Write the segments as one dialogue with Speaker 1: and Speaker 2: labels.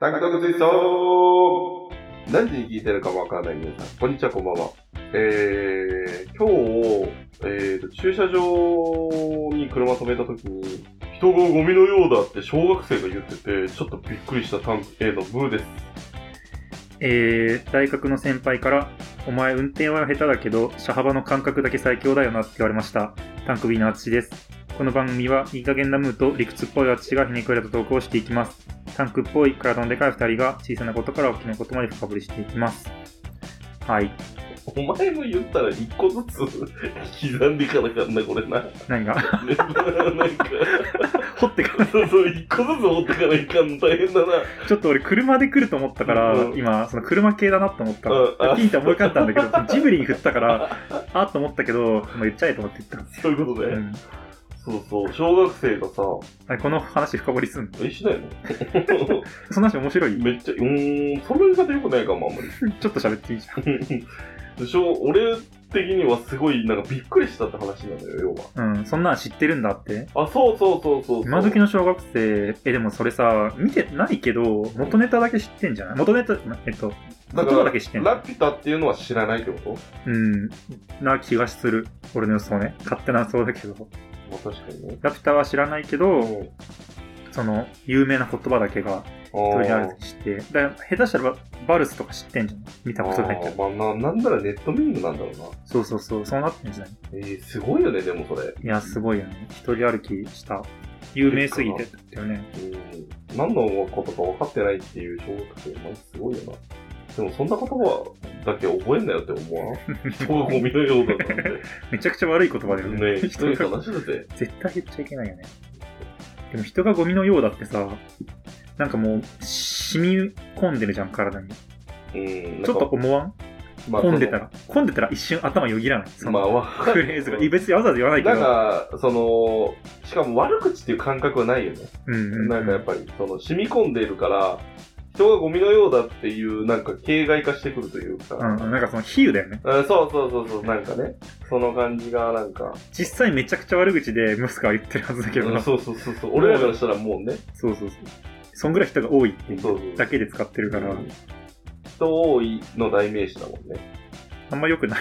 Speaker 1: タクトクツイスト何時に聞いてるかわからない皆さん、こんにちは、こんばんは。えー、今日、えーと、駐車場に車止めた時に、人がゴミのようだって小学生が言ってて、ちょっとびっくりしたタン A のブーです。
Speaker 2: えー、大学の先輩から、お前運転は下手だけど、車幅の感覚だけ最強だよなって言われました。タンク B の淳です。この番組はいい加減なムーと理屈っぽい淳がひねくれたトークをしていきます。タンクっぽい体のでかい二人が小さなことから大きなことまで深掘りしていきます。はい。
Speaker 1: お前も言ったら一個ずつ刻んでいかなあかんな、これな。
Speaker 2: 何が
Speaker 1: なんか、
Speaker 2: 掘ってかない。
Speaker 1: そうそう、一個ずつ持ってかないかん、大変だな。
Speaker 2: ちょっと俺車で来ると思ったから、
Speaker 1: うん
Speaker 2: 今、その車系だなと思った
Speaker 1: うんあ
Speaker 2: の。ピンって思い浮かんだんだけど、ジブリに振ったから、 あーっと思ったけど、もう言っちゃえと思って言った。
Speaker 1: そういうことで、
Speaker 2: うん
Speaker 1: そうそう、小学生がさ、
Speaker 2: あれこの話深掘りすんの
Speaker 1: え、しないの
Speaker 2: そんな話面白い
Speaker 1: めっちゃ、うーん、その言い方良くないかも、あんま
Speaker 2: ちょっと喋っていいじゃ
Speaker 1: り。 しょ俺的にはすごい、なんかびっくりしたって話なのよ、要
Speaker 2: ん。うん、そんなん知ってるんだって。
Speaker 1: は。あ、そうそうそうそうそう。
Speaker 2: 今時の小学生、え、でもそれさ、見てないけど、元ネタだけ知ってんじゃない元ネタ、えっと、
Speaker 1: だ
Speaker 2: 言
Speaker 1: から
Speaker 2: 葉だけ知ってん
Speaker 1: ラ
Speaker 2: の
Speaker 1: ピュタっていうのは知らないってこ
Speaker 2: うん、な気がする。俺の予想ね。勝手な予想だけど。
Speaker 1: とまあ確かにね。
Speaker 2: ラピュタは知らないけど、その、有名な言葉だけが
Speaker 1: うん
Speaker 2: 取り上げて知って。だから下手したらババルスとか知ってんじゃない見たことないけど。
Speaker 1: あーまあ、ななんならネットミームなんだろうな。
Speaker 2: そうそうそう、そうなってんじゃない
Speaker 1: えー、すごいよね、でもそれ。
Speaker 2: いや、すごいよね。一人歩きした。有名すぎてだよね。
Speaker 1: うん何のことか分かってないっていう小学生、マジすごいよな。でもそんな言葉だけ覚えんなよって思わん 人がゴミのようだったんで。
Speaker 2: めちゃくちゃ悪い言葉だよ
Speaker 1: ね
Speaker 2: ね。
Speaker 1: え、ひど
Speaker 2: 人
Speaker 1: い
Speaker 2: が
Speaker 1: 話だぜ。
Speaker 2: 絶対言っちゃいけないよね。でも人がゴミのようだってさ、なんかもう、染み込んでるじゃん、体に。ち
Speaker 1: うん。
Speaker 2: ょっと思わん
Speaker 1: まあ
Speaker 2: 混んでたら。混んでたら一瞬頭よぎらない。
Speaker 1: そ
Speaker 2: そ
Speaker 1: のま
Speaker 2: の
Speaker 1: あ、わ
Speaker 2: フレーズが。別にわざわざ言わないけ
Speaker 1: なん
Speaker 2: ど。
Speaker 1: か、その、しかも悪口っていう感覚はないよね。
Speaker 2: うんうんうん
Speaker 1: なんかやっぱり、その、染み込んでいるから、人がゴミのようだっていう、なんか、形骸化してくるというか。
Speaker 2: うんうん、なんかその比喩だよね。
Speaker 1: うんそうそうそうそう、なんかね、その感じが、なんか、
Speaker 2: 実際めちゃくちゃ悪口でムスカは言ってるはずだけど、
Speaker 1: うん
Speaker 2: そう
Speaker 1: そうそうそうそう、俺らからしたらもうね、
Speaker 2: そうそう。そんぐらい人が多いってい
Speaker 1: そうそう
Speaker 2: うだけで使ってるから、
Speaker 1: うん人多いの代名詞だもんね。
Speaker 2: あんま良くない。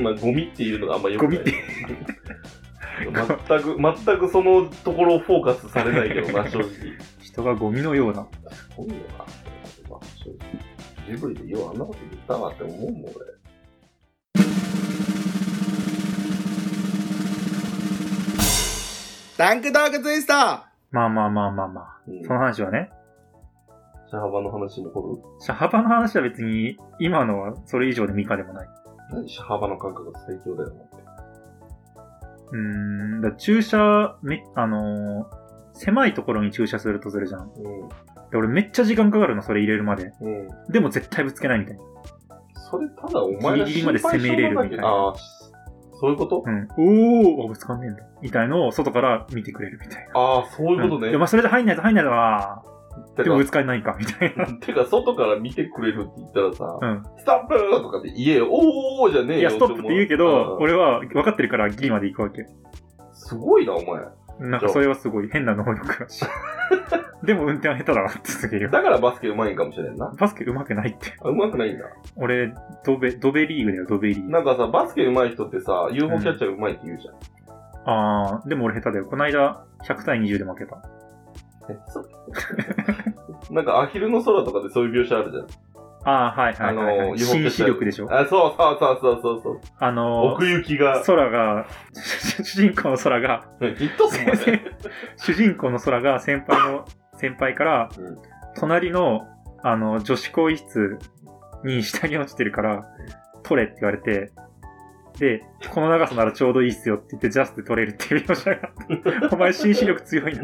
Speaker 1: まあ、ゴミっていうのがあんまよくない。
Speaker 2: ゴミっ
Speaker 1: 全く、全くそのところをフォーカスされないけどな、正直。
Speaker 2: 人がゴミのようだ。
Speaker 1: すごいよな、まあ正直。ジブリでようあんなこと言ったわって思うもん、俺。
Speaker 3: タンクトークツイスト
Speaker 2: まあまあまあまあまあ。
Speaker 1: うん。
Speaker 2: その話はね、
Speaker 1: 車幅の話もこ
Speaker 2: 車幅の話は別に、今のはそれ以上でミカでもない。
Speaker 1: れ、何車幅の感覚が最強だよなって。
Speaker 2: うーん、だから駐車、め、あのー狭いところに駐車するとするじゃん。で、俺めっちゃ時間かかるの、それ入れるまで。
Speaker 1: うん。うん。
Speaker 2: でも絶対ぶつけないみたいな。
Speaker 1: それただお前が
Speaker 2: ギリギリまで攻めれるみたいな
Speaker 1: ああ、そういうこと、
Speaker 2: うん。おーあぶつかんねえんだ。みたいのを外から見てくれるみたいな。
Speaker 1: ああ、そういうこと
Speaker 2: ん
Speaker 1: ね。
Speaker 2: いやまあそれで入んないと入んないとな
Speaker 1: て
Speaker 2: でもぶ
Speaker 1: か、
Speaker 2: つかんないか、み たいな。
Speaker 1: てか外から見てくれるって言ったらさ、
Speaker 2: うん。
Speaker 1: ストップとかって言えよ。おーじゃねえよ。
Speaker 2: いや、ストップって言うけど、
Speaker 1: うん
Speaker 2: 俺は分かってるからギリまで行くわけ。
Speaker 1: すごいな、お前。
Speaker 2: なんかそれはすごい変な能力 だし。でも運転は下手だなってすげえよ。
Speaker 1: だからバスケ上手いんかもしれんな。
Speaker 2: バスケ上手くないって。
Speaker 1: あ上手くないんだ。
Speaker 2: 俺、ドベ、ドベリーグだよ、ドベリーグ。
Speaker 1: なんかさ、バスケ上手い人ってさ、UFO キャッチャー上手いって言うじゃん。
Speaker 2: あー、でも俺下手だよ。こないだ、100対20で負けた。
Speaker 1: えそう なんかアヒルの空とかでそういう描写あるじゃん。
Speaker 2: あー、はい
Speaker 1: あ
Speaker 2: はいはい、は
Speaker 1: のー、UFO
Speaker 2: い。
Speaker 1: キャ
Speaker 2: 紳
Speaker 1: ッチ
Speaker 2: 士
Speaker 1: ャー。
Speaker 2: 力でしょ。
Speaker 1: あ、そうそうそうそうそうそう。
Speaker 2: あの
Speaker 1: 奥行きが
Speaker 2: ー、。空が、主人公の空が、
Speaker 1: きっとす んだね。
Speaker 2: 主人公の空が先輩の、先輩から
Speaker 1: うん、
Speaker 2: 隣の、あの、女子更衣室に下に落ちてるから、取れって言われて、で、この長さならちょうどいいっすよって言って、ジャストで取れるっていう描写があ って、お前紳士力強いな。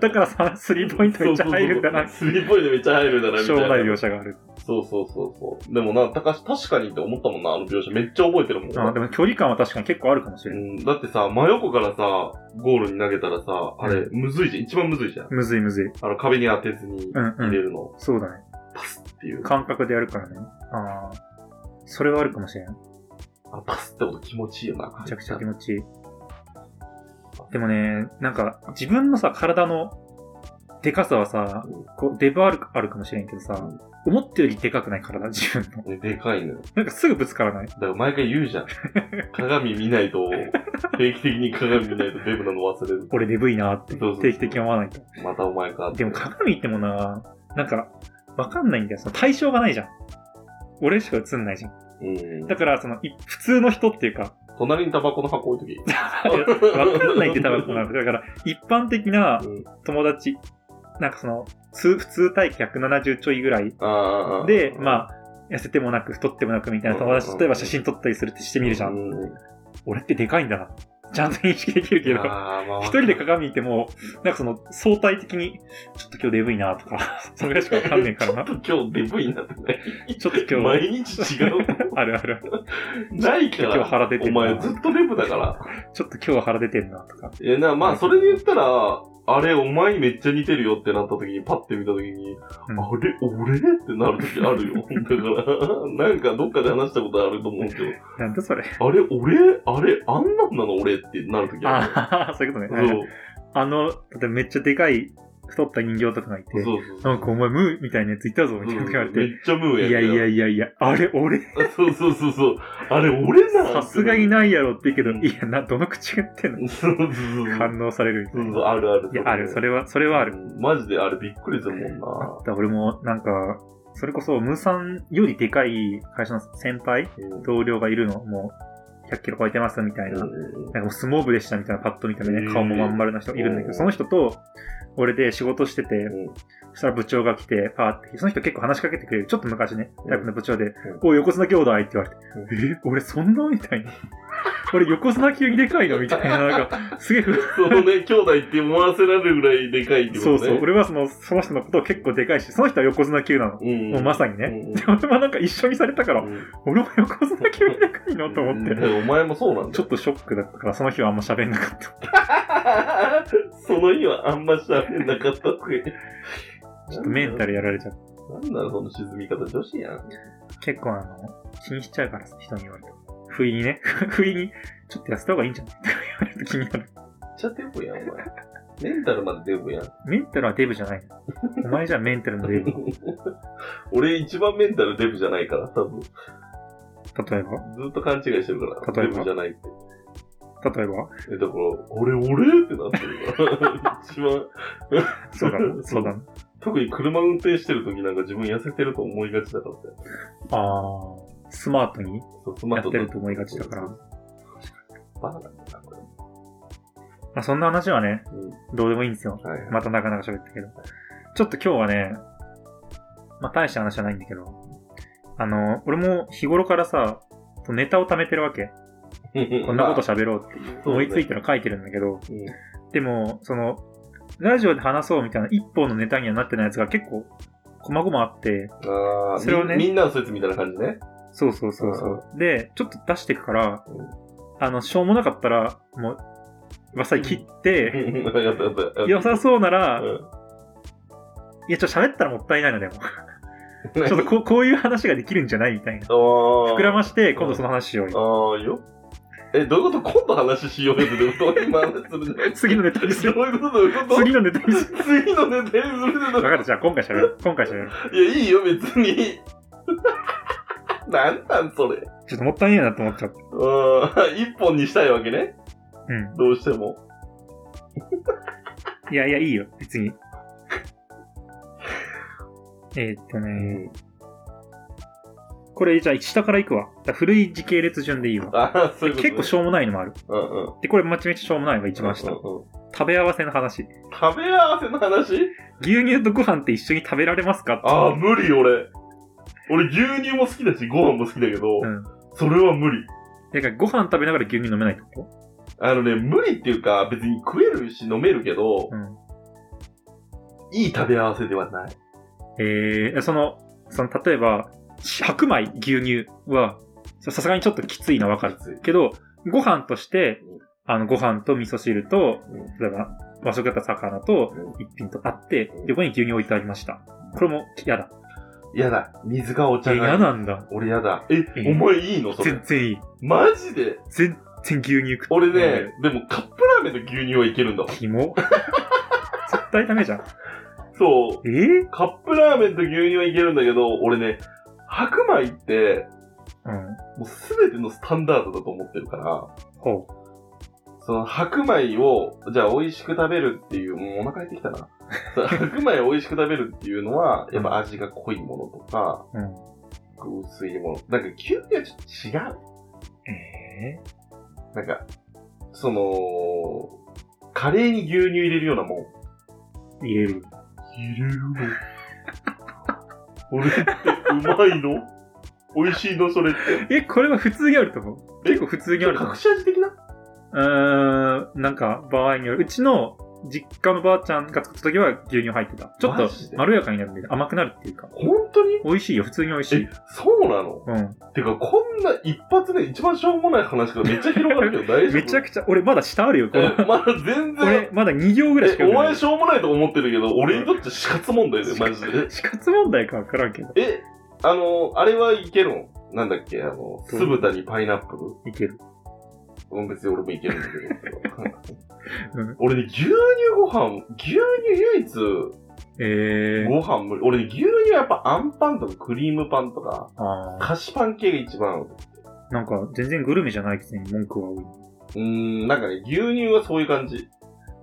Speaker 2: だからさ、スリーポイントめっちゃ入るんだ な。
Speaker 1: スリーポイントめっちゃ入るんだな、み
Speaker 2: しょうもな
Speaker 1: た
Speaker 2: い
Speaker 1: いな
Speaker 2: 描。写がある。
Speaker 1: そうそうそうそう。でもな、たかし、確かにって思ったもんな、あの描写。めっちゃ覚えてるもん。
Speaker 2: あでも距離感は確かに結構あるかもし
Speaker 1: う
Speaker 2: れない。
Speaker 1: ん、だってさ、真横からさ、ゴールに投げたらさ、あれ、むずいじゃん。一番むずいじゃん。
Speaker 2: むずいむずい。
Speaker 1: あの、壁に当てずに
Speaker 2: うんう
Speaker 1: 入
Speaker 2: ん
Speaker 1: れるの、
Speaker 2: そうだね。
Speaker 1: パスっていう。
Speaker 2: 感覚でやるからね。ああ。それはあるかもしれない。
Speaker 1: あパスってこと気持ちいいよな。
Speaker 2: めちゃくちゃ気持ちいい。でもね、なんか、自分のさ、体のでかさはさ、
Speaker 1: うん
Speaker 2: こう、デブある、あるかもしれんけどさ
Speaker 1: うん、
Speaker 2: 思ったよりでかくない体、自分の。
Speaker 1: ねでかいのよ。
Speaker 2: なんかすぐぶつからない。
Speaker 1: だから毎回言う じゃん。鏡見ないと、定期的に鏡見ないとデブなの忘れる。
Speaker 2: 俺デブいなって
Speaker 1: そうそうそう
Speaker 2: 定期的に思わないと。
Speaker 1: またお前かって。
Speaker 2: でも鏡ってもな、なんか、わかんないんだよ。その対象がないじゃん。俺しか映んないじゃん。
Speaker 1: うん
Speaker 2: だ。から、その、い普通の人っていうか、
Speaker 1: 隣にタバコの箱置いとき。
Speaker 2: いやわかんないって多分なんだだから、一般的な
Speaker 1: うん
Speaker 2: 友達、なんかその、通普通体型170ちょいぐらい
Speaker 1: ああ。
Speaker 2: で、
Speaker 1: あ、
Speaker 2: まあ、痩せてもなく太ってもなくみたいな友達
Speaker 1: うん
Speaker 2: と、例えば写真撮ったりするってしてみるじゃん。
Speaker 1: う
Speaker 2: 俺ってでかいんだな。ちゃんと認識できるけど。
Speaker 1: あーまあ
Speaker 2: 一人で鏡見ても、なんかその、相対的に、ちょっと今日デブいなとか、 それぐらいしかわかんねえからな。
Speaker 1: ちょっと今日デブになってない。
Speaker 2: ちょっと今日、
Speaker 1: 毎日違う。
Speaker 2: あるある。
Speaker 1: ないか
Speaker 2: 今日
Speaker 1: ら。
Speaker 2: 腹出て
Speaker 1: お
Speaker 2: んな。
Speaker 1: 前ずっとデブだから。
Speaker 2: ちょっと今日は腹出てんなとか。
Speaker 1: え、な、まあ、それで言ったら、あれ、お前にめっちゃ似てるよってなった時に、パッて見た時に、
Speaker 2: うん
Speaker 1: あれ、俺ってなる時ある よ。だから、なんかどっかで話したことあると思うけど、
Speaker 2: なんだそれ。
Speaker 1: あれ、俺あれ、あんなんなの俺ってなる時ある。
Speaker 2: ああ、そういうことね。
Speaker 1: そ
Speaker 2: は
Speaker 1: う
Speaker 2: いはいあの、だってめっちゃでかい、太った人形とかがいて、
Speaker 1: そうそうそう。
Speaker 2: なんかお前ムーみたいなやついたぞ、みたいな言われ。
Speaker 1: めってちゃムーや
Speaker 2: いやいや
Speaker 1: い
Speaker 2: いやいや、あれ俺、
Speaker 1: や。そうそうそうそう。あれ、俺な
Speaker 2: さすがにないやろって言うけど、
Speaker 1: うん
Speaker 2: いや、な、どの口が言ってんの
Speaker 1: そうそうそう。
Speaker 2: 反応されるみた
Speaker 1: そ
Speaker 2: いう
Speaker 1: そう、
Speaker 2: な。
Speaker 1: あるある。
Speaker 2: いや、ある、そ
Speaker 1: れ
Speaker 2: れは、それはある。。
Speaker 1: マジであれびっくりするもん
Speaker 2: あ
Speaker 1: な
Speaker 2: った、俺も、なんか、それこそ、ムーさんよりでかい会社の先輩、
Speaker 1: うん。
Speaker 2: 同僚がいるの、もう、100キロ超えてますみたいな。
Speaker 1: うん
Speaker 2: なんかもう相撲部でしたみたいなパッと見た目
Speaker 1: へ
Speaker 2: ね、
Speaker 1: ー
Speaker 2: 顔もまん丸な人がいるんだけ
Speaker 1: お
Speaker 2: ど、
Speaker 1: ー
Speaker 2: その人と、俺で仕事してて、
Speaker 1: ん
Speaker 2: そしたら部長が来て、パーって、その人結構話しかけてくれる。ちょっと昔ね、
Speaker 1: うん
Speaker 2: 大学の部長で、おい、横綱兄弟って言われて、え、俺そんなみたいな。俺横綱級にでかいのみたい な、なんか、すげえ不
Speaker 1: そのね、兄弟って思わせられるぐらいでかいってこと
Speaker 2: そう
Speaker 1: ね。
Speaker 2: そう。俺はその、その人のことを結構でかいし、その人は横綱級なの。
Speaker 1: うん。
Speaker 2: もうまさにね。
Speaker 1: うん
Speaker 2: で、俺はなんか一緒にされたから、
Speaker 1: うん
Speaker 2: 俺も横綱級でかいのと思って。
Speaker 1: うんお前もそうなんだ
Speaker 2: ちょ
Speaker 1: よ。
Speaker 2: っとショックだったから、その日はあんま喋んなかった。
Speaker 1: その日はあんま喋んなかったとか言って。
Speaker 2: ちょっとメンタ
Speaker 1: ル。
Speaker 2: ルやられちゃった。
Speaker 1: なんだよその沈み方女子やん。
Speaker 2: 結構あの、気にしちゃうからさ、人に言われて。不意にね、 不意に、ちょっと痩せた方がいいんじゃないとか言われると気になる。
Speaker 1: めっちゃデブやん、お前。メンタルまでデブやん。
Speaker 2: メンタルはデブじゃないの。お前じゃメンタルのデブ。
Speaker 1: 俺一番メンタルデブじゃないから、多分。ず
Speaker 2: 例えば
Speaker 1: っと勘違いしてるから。
Speaker 2: 例え
Speaker 1: デ
Speaker 2: ば
Speaker 1: ブじゃないって。
Speaker 2: 例えば
Speaker 1: え、だから、俺俺ってなってるから。 一番。
Speaker 2: そう だな、そうだな。
Speaker 1: 特に車運転してる時なんか自分痩せてると思いがちだからさ。
Speaker 2: あー、スマートに
Speaker 1: そうスマート
Speaker 2: やってると思いがちだから
Speaker 1: バカなんだな、これ。
Speaker 2: まあ、そんな話はね、
Speaker 1: うん。
Speaker 2: どうでもいいんですよ。
Speaker 1: はい。
Speaker 2: またなかなか喋ったけど。ちょっと今日はね、まあ、大した話じゃないんだけど、あの、俺も日頃からさ、ネタを貯めてるわけ。こんなこと喋ろうって
Speaker 1: まあ
Speaker 2: 思いついたら書いてるんだけど、
Speaker 1: そうね
Speaker 2: でも、その、ラジオで話そうみたいな一本のネタにはなってないやつが結構、細々あって、
Speaker 1: うんああ、
Speaker 2: それをね
Speaker 1: みみんなのそいつみたいな感じね。
Speaker 2: そうそうそうそう。で、ちょっと出していくから
Speaker 1: うん、
Speaker 2: あの、しょうもなかったら、もう、ばっさり切って、
Speaker 1: やったやったや
Speaker 2: 良
Speaker 1: った
Speaker 2: さそうなら、
Speaker 1: うん
Speaker 2: いや、ちょっと喋ったらもったいないのでも。ちょっとこうこういう話ができるんじゃないみたいな。
Speaker 1: あ
Speaker 2: 膨らまして、今
Speaker 1: う
Speaker 2: 度
Speaker 1: ん
Speaker 2: その話しようよ。
Speaker 1: ああー、よ。え、どういうこと今度話しようよってどういう今話するじゃない
Speaker 2: 次のネタにする。
Speaker 1: どういうことどういうこと
Speaker 2: 次のネタにする。
Speaker 1: 次のネタにする
Speaker 2: 分
Speaker 1: の
Speaker 2: かった、じゃあ今回喋る。今回喋る。
Speaker 1: いや、いいよ、別に。 なんなん、それ。
Speaker 2: ちょっともったいないなと思っちゃった。
Speaker 1: うん、一本にしたいわけね。
Speaker 2: うん。
Speaker 1: どうしても。
Speaker 2: いやいや、いいよ、別に。 えーっとね、これじゃあ下からいくわ。だから古い時系列順でいいわ。
Speaker 1: ああ、そういうこと、ね。
Speaker 2: 結構しょうもないのもある。
Speaker 1: うんうん。
Speaker 2: で、これめちゃめちゃしょうもないのが一番下
Speaker 1: うん。うんうん
Speaker 2: 食べ合わせの話。
Speaker 1: 食べ合わせの話
Speaker 2: 牛乳とご飯って一緒に食べられますかって
Speaker 1: ああ、無理、俺。俺、牛乳も好きだし、ご飯も好きだけど、
Speaker 2: うん。
Speaker 1: それは無理。
Speaker 2: だからご飯食べながら牛乳飲めないってこ
Speaker 1: あのね、無理っていうか、別に食えるし飲めるけど
Speaker 2: と、うん。
Speaker 1: いい食べ合わせではない。
Speaker 2: えー、その、その、例えば、白米、牛乳は、ささすがにちょっときついのはわかる。
Speaker 1: きつい
Speaker 2: けど、ご飯として
Speaker 1: うん、
Speaker 2: あの、ご飯と味噌汁と、
Speaker 1: う
Speaker 2: 例えば、和食だったら魚と、一品とあって、横に牛乳置いてありました。これも嫌だ。
Speaker 1: 嫌だ。水がお茶
Speaker 2: え、
Speaker 1: が。
Speaker 2: 嫌なんだ。
Speaker 1: 俺嫌だ。え、お
Speaker 2: え
Speaker 1: 前いいのそれ
Speaker 2: 全。然いい。
Speaker 1: マジで
Speaker 2: 全然牛乳食って
Speaker 1: 俺 ね、でもカップラーメンと牛乳はいけるんだわ。
Speaker 2: キモ。絶対ダメじゃん。
Speaker 1: そう
Speaker 2: え。ー
Speaker 1: カップラーメンと牛乳はいけるんだけど、俺ね、白米って、
Speaker 2: うん。
Speaker 1: もうすべてのスタンダードだと思ってるから、
Speaker 2: ほ
Speaker 1: その白米を、じゃあ美味しく食べるっていう、もうお腹減ってきた な。その白米を美味しく食べるっていうのは、やっぱ味が濃いものとか、
Speaker 2: う。うん。
Speaker 1: 薄いもの。なんか牛乳はちょっと違
Speaker 2: え
Speaker 1: う。なんか、その、カレーに牛乳入れるようなもん。
Speaker 2: ー、入れる。
Speaker 1: 入れるの 俺ってうまいの美味しいのそれって。
Speaker 2: え、これは普通にあると思う。
Speaker 1: え
Speaker 2: 結構普通にあると思
Speaker 1: 隠し味的な
Speaker 2: う。うーん、なんか場合による。うちの実家のばあちゃんが作った時は牛乳入ってた。ちょっ
Speaker 1: マ
Speaker 2: と
Speaker 1: ジで
Speaker 2: まろやかになるんで甘くなるっていうか。
Speaker 1: 本当に
Speaker 2: 美味しいよ、普通に美味しい
Speaker 1: え。、そうなの
Speaker 2: うん。
Speaker 1: てか、こんな一発で一番しょうもない話から めっちゃ広がるけど大丈夫
Speaker 2: めちゃくちゃ、俺まだ下あるよ、これ。
Speaker 1: えまだ全然
Speaker 2: 俺、まだ2行ぐらいしか
Speaker 1: え、
Speaker 2: 読
Speaker 1: お
Speaker 2: んでない
Speaker 1: 前しょうもないと思ってるけど、俺にとって死活問題だよ、マジで。
Speaker 2: 死活問題かわからんけど。
Speaker 1: え、えあの、あれはいけるのなんだっけあの、酢豚にパイナップル
Speaker 2: いける。
Speaker 1: うん、別に俺もいけるんだけど
Speaker 2: うん。
Speaker 1: 俺ね、牛乳ご飯、牛乳唯一
Speaker 2: えー。
Speaker 1: ご飯無理。俺ね、牛乳はやっぱあんパンとかクリームパンとか、
Speaker 2: あ
Speaker 1: 菓子パン系が一番合う。
Speaker 2: ーなんか、全然グルメじゃないくせに文句は多い。
Speaker 1: うーん、なんかね、牛乳はそういう感じ。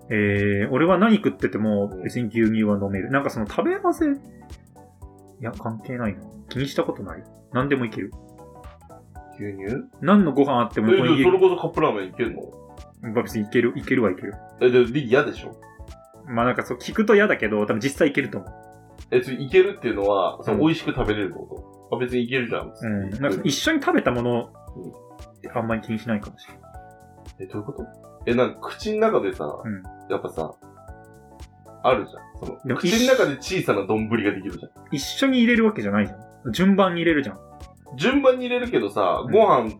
Speaker 2: えー、俺は何食ってても別に牛乳は飲める。なんかその食べ合わせ、いや、関係ないな。気にしたことない。何でもいける。
Speaker 1: 牛乳
Speaker 2: 何のご飯あって
Speaker 1: え、
Speaker 2: も
Speaker 1: じゃあ
Speaker 2: 横にいけ
Speaker 1: それ
Speaker 2: る。
Speaker 1: こそカップラーメンいけるの
Speaker 2: まあ別にいける、いけるはいける。
Speaker 1: え、で、で嫌でしょ
Speaker 2: まあなんかそう、聞くと嫌だけど、多分実際いけると思う。
Speaker 1: え、それいけるっていうのは、その
Speaker 2: うん
Speaker 1: 美味しく食べれるってこと、あ、別にいけるじゃん。
Speaker 2: うん。なんかその一緒に食べたものってあんまり気にしないかもしれない。
Speaker 1: え、どういうことえ、なんか口の中でさ、
Speaker 2: うん
Speaker 1: やっぱさ、あるじゃん。そ
Speaker 2: で
Speaker 1: の、
Speaker 2: も
Speaker 1: 口の中で小さな丼ができるじゃん。
Speaker 2: 一緒に入れるわけじゃないじゃん。順番に入れるじゃん。
Speaker 1: 順番に入れるけどさ、
Speaker 2: うん
Speaker 1: ご飯、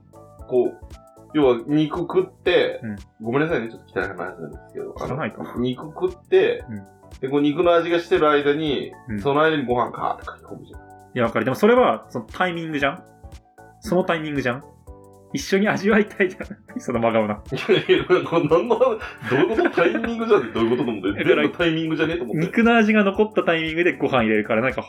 Speaker 1: こう、要は肉食って、
Speaker 2: うん
Speaker 1: ごめんなさいね、ちょっと汚い話なんですけど、あの
Speaker 2: 汚いか
Speaker 1: 肉食って、
Speaker 2: うん
Speaker 1: で、こう肉の味がしてる間に、
Speaker 2: うん
Speaker 1: その間にご飯かーって書き込むじゃん。
Speaker 2: いや、わかる。でもそれは、そのタイミングじゃんそのタイミングじゃん一緒に味わいたいじゃん その真顔な。
Speaker 1: いやいや、これ何の話、どういうことタイミングじゃねえどういうことと思って、
Speaker 2: だから
Speaker 1: 全部タイミングじゃねえと思って。
Speaker 2: 肉の味が残ったタイミングでご飯入れるから、なんか、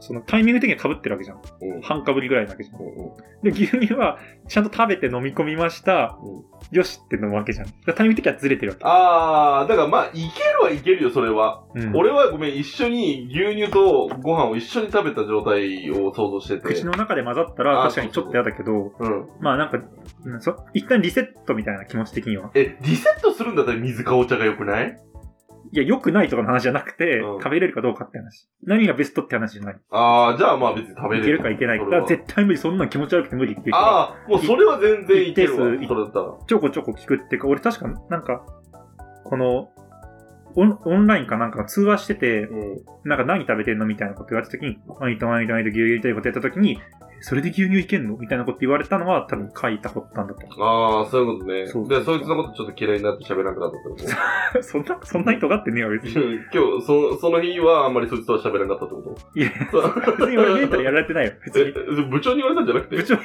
Speaker 2: そのタイミング的には被ってるわけじゃん。
Speaker 1: うん
Speaker 2: 半被りぐらいなわけじゃん。
Speaker 1: うんうん
Speaker 2: で、牛乳は、ちゃんと食べて飲み込みました。
Speaker 1: うん
Speaker 2: よしって飲むわけじゃん。だからタイミング的にはずれてるわけ。
Speaker 1: あー、だからまあ、いけるはいけるよ、それは。
Speaker 2: うん、
Speaker 1: 俺はごめん、一緒に牛乳とご飯を一緒に食べた状態を想像してて。
Speaker 2: 口の中で混ざったら
Speaker 1: あー
Speaker 2: 確かにちょっと嫌だけど、
Speaker 1: うん。
Speaker 2: まあなんか、うんそ一旦リセットみたいな気持ち的には。
Speaker 1: え、リセットするんだったら水かお茶が良くない
Speaker 2: いや、良くないとかの話じゃなくて、
Speaker 1: うん
Speaker 2: 食べれるかどうかって話。何がベストって話じゃない。
Speaker 1: あー、じゃあまあ別に食べれ
Speaker 2: い
Speaker 1: る。
Speaker 2: けるかいけないか。
Speaker 1: そ
Speaker 2: だ
Speaker 1: れ
Speaker 2: か
Speaker 1: は
Speaker 2: ら絶対無理、そんなん気持ち悪くて無理っていうか、
Speaker 1: あー、もうそれは全然いけるわ
Speaker 2: 一定。数
Speaker 1: それだったら。
Speaker 2: ちょこちょこ聞くっていうか、俺確か、なんか、この、オンオンラインかなんか通話してて、
Speaker 1: うん。
Speaker 2: なんか何食べてんのみたいなこと言われた時に、毎度毎度毎度牛乳入れたいことやった時に、それで牛乳いけんのみたいなこと言われたのは多分書いた発端だと
Speaker 1: あー、そういうことね。
Speaker 2: そう
Speaker 1: で、そいつのことちょっと嫌いになって喋らなくなったってこと
Speaker 2: 思う。そんな、そんなに尖ってねえよ、別に。
Speaker 1: 今日、そその日はあんまりそいつとは喋らなかったってこと
Speaker 2: いや、別に俺メンタルやられてないよ、別に。
Speaker 1: え部長に言われたんじゃなくて
Speaker 2: 部長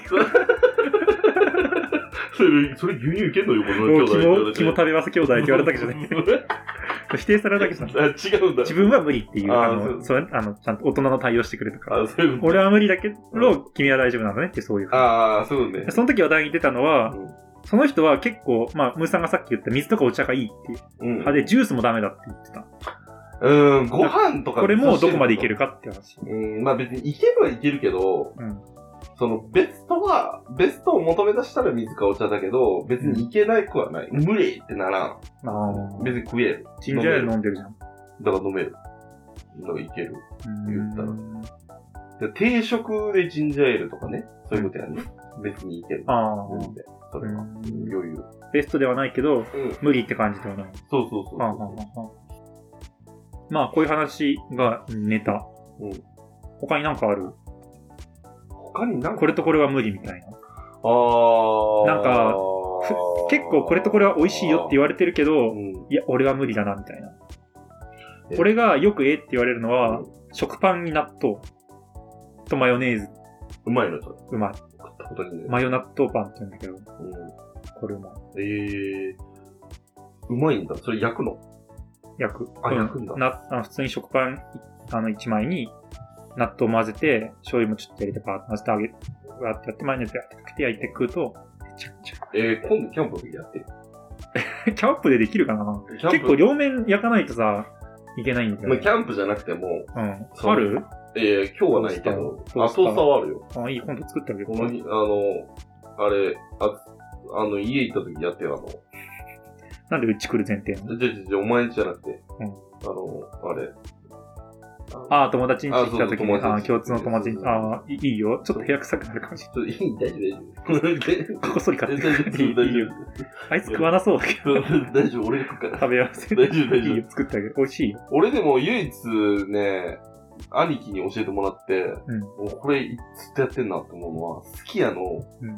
Speaker 1: それ、それ牛乳いけんのよ、この兄
Speaker 2: もう
Speaker 1: 弟って言わ
Speaker 2: 肝、
Speaker 1: れて。
Speaker 2: 肝食べ合わせ兄弟って言われたわけじゃない。否定されたわけじゃない。
Speaker 1: あ、違うんだ。
Speaker 2: 自分は無理っていう、
Speaker 1: あ
Speaker 2: あ
Speaker 1: ー
Speaker 2: の、そう、あの、ちゃんと大人の対応してくれとか。
Speaker 1: あ、そういうこと。
Speaker 2: 俺は無理だけ
Speaker 1: う
Speaker 2: ど、君は大丈夫なのねってそういう。
Speaker 1: ああ、そういうことね。
Speaker 2: その時話題に出たのは、その人は結構、まあ、ムーさんがさっき言った水とかお茶がいいっていう。
Speaker 1: うん。
Speaker 2: 派で、ジュースもダメだって言ってた。
Speaker 1: うん、ご飯とか。
Speaker 2: これもどこまでいけるかって話。
Speaker 1: うん、まあ別にいけるはいけるけど、
Speaker 2: うん。
Speaker 1: そのベストは、ベストを求め出したら水かお茶だけど、別にいけないくはない。無理ってならん。
Speaker 2: ああ。
Speaker 1: 別に食える。
Speaker 2: ジンジャーエール飲んでるじゃん。
Speaker 1: だから飲める。だからいける。言ったら
Speaker 2: うん
Speaker 1: で定食でジンジャーエールとかね。そういうことやね。別にいける。
Speaker 2: あ
Speaker 1: 全然。それは。うん
Speaker 2: う
Speaker 1: ん余裕。
Speaker 2: あ。ベストではないけど、
Speaker 1: うん。
Speaker 2: 無理って感じではない。
Speaker 1: そうそうそう
Speaker 2: はあはあ
Speaker 1: そ
Speaker 2: はあはあまあ、こういう話がネタ。
Speaker 1: うん
Speaker 2: 他になんかある
Speaker 1: う。他になんか。
Speaker 2: これとこれは無理みたいな。
Speaker 1: あー。
Speaker 2: なんかふ結構これとこれは美味しいよって言われてるけど
Speaker 1: う、ん。
Speaker 2: いや、俺は無理だな、みたいな
Speaker 1: え。
Speaker 2: 俺がよくええって言われるのは
Speaker 1: う、
Speaker 2: 食パンに納豆とマヨネーズ、
Speaker 1: うまいの、それ。
Speaker 2: うまい。
Speaker 1: 食ったことにね。
Speaker 2: マヨ納豆パンって言うんだけど、
Speaker 1: うん
Speaker 2: これうまい。
Speaker 1: ええー、うまいんだ。それ焼くの
Speaker 2: 焼く。
Speaker 1: あ焼くんだ
Speaker 2: なあの普通に食パンあの1枚に納豆混ぜて、醤油もちょっと入れてパーッと混ぜてあげわーってやって、マヨネーズやってかけて焼いて食うと、めちゃくちゃ。
Speaker 1: えー、今度キャンプの時やって。
Speaker 2: キャンプでできるかな
Speaker 1: キャンプ
Speaker 2: 結構両面焼かないとさ、いけないんだ
Speaker 1: まあ
Speaker 2: よ、
Speaker 1: キ
Speaker 2: ね。
Speaker 1: ャンプじゃなくても、
Speaker 2: うん。
Speaker 1: そう
Speaker 2: ある
Speaker 1: えー、今日はないけど、
Speaker 2: トー
Speaker 1: あ、
Speaker 2: スター
Speaker 1: トースターはあるよ。
Speaker 2: あ、いい、今度作ってあげる。
Speaker 1: このに、あの、あれ、あ、あの、家行った時やってよ、あ
Speaker 2: なんでうち来る前提なの
Speaker 1: の、じゃじゃじゃ、お前んちじゃなくて、
Speaker 2: うん
Speaker 1: あの、あれ。あ、
Speaker 2: ああ、友達に来た
Speaker 1: あそう
Speaker 2: 時
Speaker 1: そう
Speaker 2: に、
Speaker 1: 友達
Speaker 2: ああ、共通の友達に
Speaker 1: そう、そう
Speaker 2: ああ、いいいよ。ちょっと部屋臭くなるかもし
Speaker 1: ち
Speaker 2: れ
Speaker 1: ょっといい、大丈夫、大 丈夫。
Speaker 2: ない。こっそり買
Speaker 1: 大
Speaker 2: って
Speaker 1: 丈
Speaker 2: く
Speaker 1: 夫、
Speaker 2: る。いいいいよ。あいつ食わなそうだけど、
Speaker 1: 大丈夫、 俺が食うから。
Speaker 2: 食べ合わせ。
Speaker 1: 大丈夫大丈夫
Speaker 2: いいよ、作ってあげる。美味しいよ。
Speaker 1: 俺でも唯一ね、兄貴に教えてもらって、
Speaker 2: うん
Speaker 1: もうこれずっとやってんなと思うのは、すき家の
Speaker 2: うん、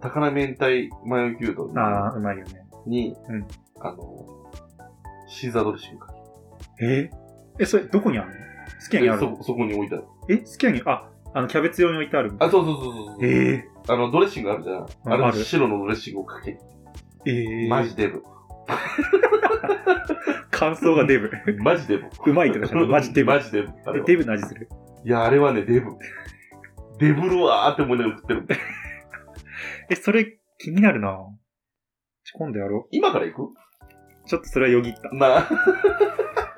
Speaker 1: 高菜明太マヨ牛丼に、
Speaker 2: ああ、うまいよね。うん
Speaker 1: あの、シーザードレッシングか
Speaker 2: ええ、それ、どこにあるの好き
Speaker 1: け
Speaker 2: やにあ
Speaker 1: て、
Speaker 2: る
Speaker 1: そ、そこに置いてある。
Speaker 2: え、好きやに、あ、あの、キャベツ用に置いてある。
Speaker 1: あ、そうそうそうそうそう。
Speaker 2: え
Speaker 1: あの、ドレッシングあるじゃん。あれ
Speaker 2: あ
Speaker 1: の
Speaker 2: る
Speaker 1: 白のドレッシングをかけて、
Speaker 2: えええ
Speaker 1: マジデブ。
Speaker 2: 感想が デブ。
Speaker 1: マジデブ。
Speaker 2: うまいとかじゃ なくてマジデブ
Speaker 1: マ。ジデブ。あれ
Speaker 2: え
Speaker 1: は
Speaker 2: デブの味する。
Speaker 1: いや、あれはね、デブ。デブるわーって思いながら食ってる。
Speaker 2: え、それ、気になるな今度やろ
Speaker 1: 今から行
Speaker 2: う。ちょっとそれはよぎった
Speaker 1: く。なあ。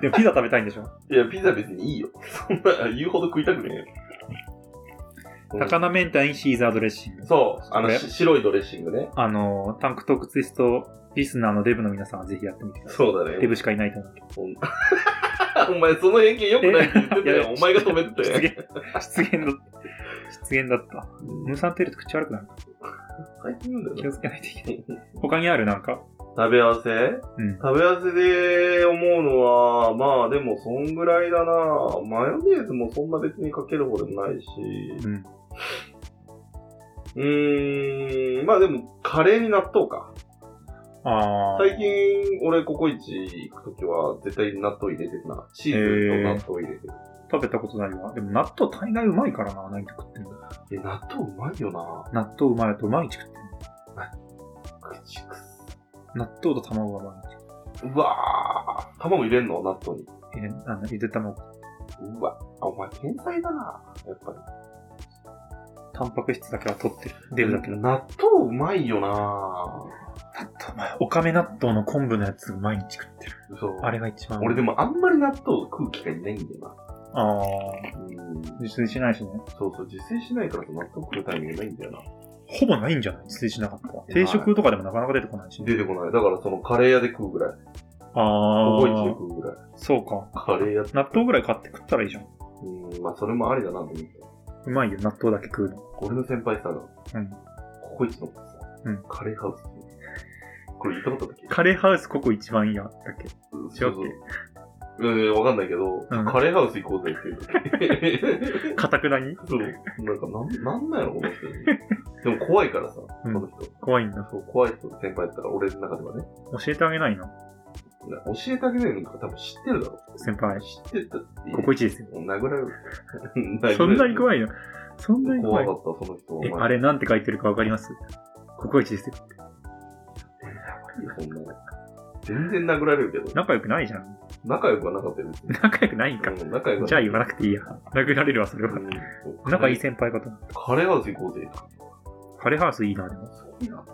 Speaker 2: でもピザ食べたいんでしょ
Speaker 1: いや、ピザ別にいいよ。そんな、言うほど食いたくねえよ。
Speaker 2: 高菜明太にシーザードレッシング。
Speaker 1: そう、あ
Speaker 2: こ
Speaker 1: の、
Speaker 2: れ
Speaker 1: し白いドレッシングね。
Speaker 2: あの、タンクトークツイスト、リスナーのデブの皆さんはぜひやってみてくださ
Speaker 1: そうだ
Speaker 2: い。
Speaker 1: ね
Speaker 2: デ。ブしかいないと思う。
Speaker 1: お前、その偏見良くないって言ってた
Speaker 2: え
Speaker 1: よ。お前が止めてた
Speaker 2: 失
Speaker 1: よ。
Speaker 2: 言、失言だった。失言だった。ムーさんってると口悪くなる。
Speaker 1: 最近なんだ
Speaker 2: 気
Speaker 1: よ
Speaker 2: をつけないといけない。他にあるなんか。
Speaker 1: な。食べ合わせ
Speaker 2: うん。
Speaker 1: 食べ合わせで思うのは、まあでもそんぐらいだなマヨネーズもそんな別にかけるほどないし。
Speaker 2: うん。
Speaker 1: うーん、まあでも、カレーに納豆か。
Speaker 2: ああ。
Speaker 1: 最近、俺、ココイチ行くときは、絶対納豆入れてるな。チーズと納豆入れてる。
Speaker 2: 食べたことないわ。でも納豆大概うまいからな、何食っても。
Speaker 1: え、納豆うまいよな
Speaker 2: 納豆うまいと毎日食ってる。
Speaker 1: 口くす。
Speaker 2: 納豆と卵は毎日。
Speaker 1: うわぁ。卵入れんの納豆に。
Speaker 2: えー、あの、ゆで卵。
Speaker 1: うわ。あ、お前天才だなやっぱり。
Speaker 2: タンパク質だけは取ってる。デブだけど。納
Speaker 1: 納豆うまいよな
Speaker 2: 豆うまい。おかめ納豆の昆布のやつ毎日食ってる。
Speaker 1: 嘘。
Speaker 2: あれが一番。
Speaker 1: 俺でもあんまり納豆食う機会ないんだよ
Speaker 2: ああ。
Speaker 1: な。うん。
Speaker 2: 自炊しないしね。
Speaker 1: そうそう、自炊しないから納豆食うタイミングないんだよな。
Speaker 2: ほぼないんじゃない自炊しなかったら。
Speaker 1: い
Speaker 2: 定食とかでもなかなか出てこないし。
Speaker 1: 出てこない。だからそのカレー屋で食うぐらい。
Speaker 2: あ
Speaker 1: ココイチで
Speaker 2: あ。
Speaker 1: 食うぐらい。
Speaker 2: そうか。
Speaker 1: カレー屋って。
Speaker 2: 納豆ぐらい買って食ったらいいじゃん。
Speaker 1: うん、まあそれもありだなと思って。
Speaker 2: うまいよ、納豆だけ食うの。
Speaker 1: 俺の先輩さ、
Speaker 2: うん
Speaker 1: ココイチのさ、
Speaker 2: うん
Speaker 1: カレーハウスっていうこれ言ったことだっけ
Speaker 2: カレーハウスここ一番いいや、だっけ。
Speaker 1: そうそう。うん、わかんないけど、
Speaker 2: うん
Speaker 1: カレーハウス行こうぜっていう。
Speaker 2: かたくなに
Speaker 1: そう。なんか、なん、なんなんやろ、この人。でも怖いからさ、こ
Speaker 2: うん
Speaker 1: の人。
Speaker 2: 怖いんだ。
Speaker 1: そう、怖い人の先輩だったら、俺の中ではね。
Speaker 2: 教えてあげないの
Speaker 1: 教えてあげないのか、多分知ってるだろ。
Speaker 2: 先輩。
Speaker 1: 知ってたっていう。
Speaker 2: ここ一ですよ。
Speaker 1: もう殴られる。殴られる
Speaker 2: そんなに怖いのそんなに
Speaker 1: 怖
Speaker 2: 怖い
Speaker 1: かった、その人。
Speaker 2: え、
Speaker 1: お前
Speaker 2: あれなんて書いてるかわかりますココイチですよ。
Speaker 1: そんな全然殴られるけど。
Speaker 2: 仲良くないじゃん。
Speaker 1: 仲良くはなかったよ。別に
Speaker 2: 仲良くないんか。
Speaker 1: うん仲良くは
Speaker 2: じゃあ言わなくていいや。殴られるわ、それは。
Speaker 1: うん
Speaker 2: 仲いい先輩かと思った。
Speaker 1: カレーハウス行こうぜ。
Speaker 2: カレーハウスいいな、でも。
Speaker 1: すごいな。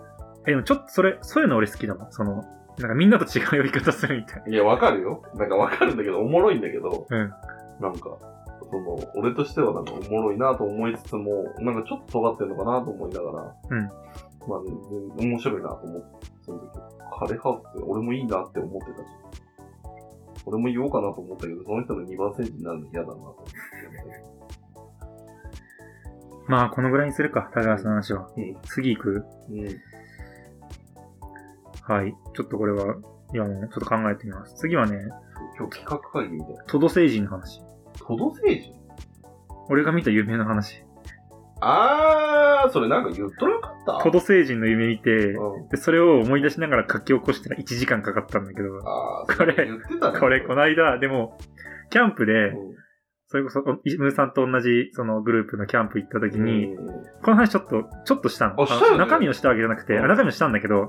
Speaker 2: え、でもちょっとそれ、そういうの俺好きだもん。その、なんかみんなと違う呼び方するみたい。
Speaker 1: いや、わかるよ。なんかわかるんだけど、おもろいんだけど、
Speaker 2: うん
Speaker 1: なんか、その、俺としてはなんかおもろいなと思いつつも、なんかちょっと尖ってるのかなと思いながら、
Speaker 2: うん
Speaker 1: まあ、ね、全面白いなと思って、その時、カレーハウスって俺もいいなって思ってたし、俺も言おうかなと思ったけど、その人の2番選手になるの嫌だなと思って。
Speaker 2: まあ、このぐらいにするか、高橋の話は。
Speaker 1: うん
Speaker 2: 次行く
Speaker 1: うん。
Speaker 2: はい。ちょっとこれは、いやもう、ちょっと考えてみます。次はね、
Speaker 1: 今日企画会議みたいな。
Speaker 2: トド星人の話。
Speaker 1: 都道政治
Speaker 2: 俺が見た夢の話。
Speaker 1: あー、それなんか言っとなかった
Speaker 2: トド星人の夢見て、
Speaker 1: うん。
Speaker 2: で、それを思い出しながら書き起こしたら1時間かかったんだけど、
Speaker 1: あー、
Speaker 2: これ
Speaker 1: そ言ってたね。
Speaker 2: これ、この間、でも、キャンプで、それこそ、いムーさんと同じ、そのグループのキャンプ行った時
Speaker 1: うん、
Speaker 2: に、
Speaker 1: うん
Speaker 2: この話ちょっと、ちょっとしたの。
Speaker 1: あしたよね
Speaker 2: の中身をしてあげじゃなくて、
Speaker 1: うん
Speaker 2: あ中身をしたんだけど、
Speaker 1: うん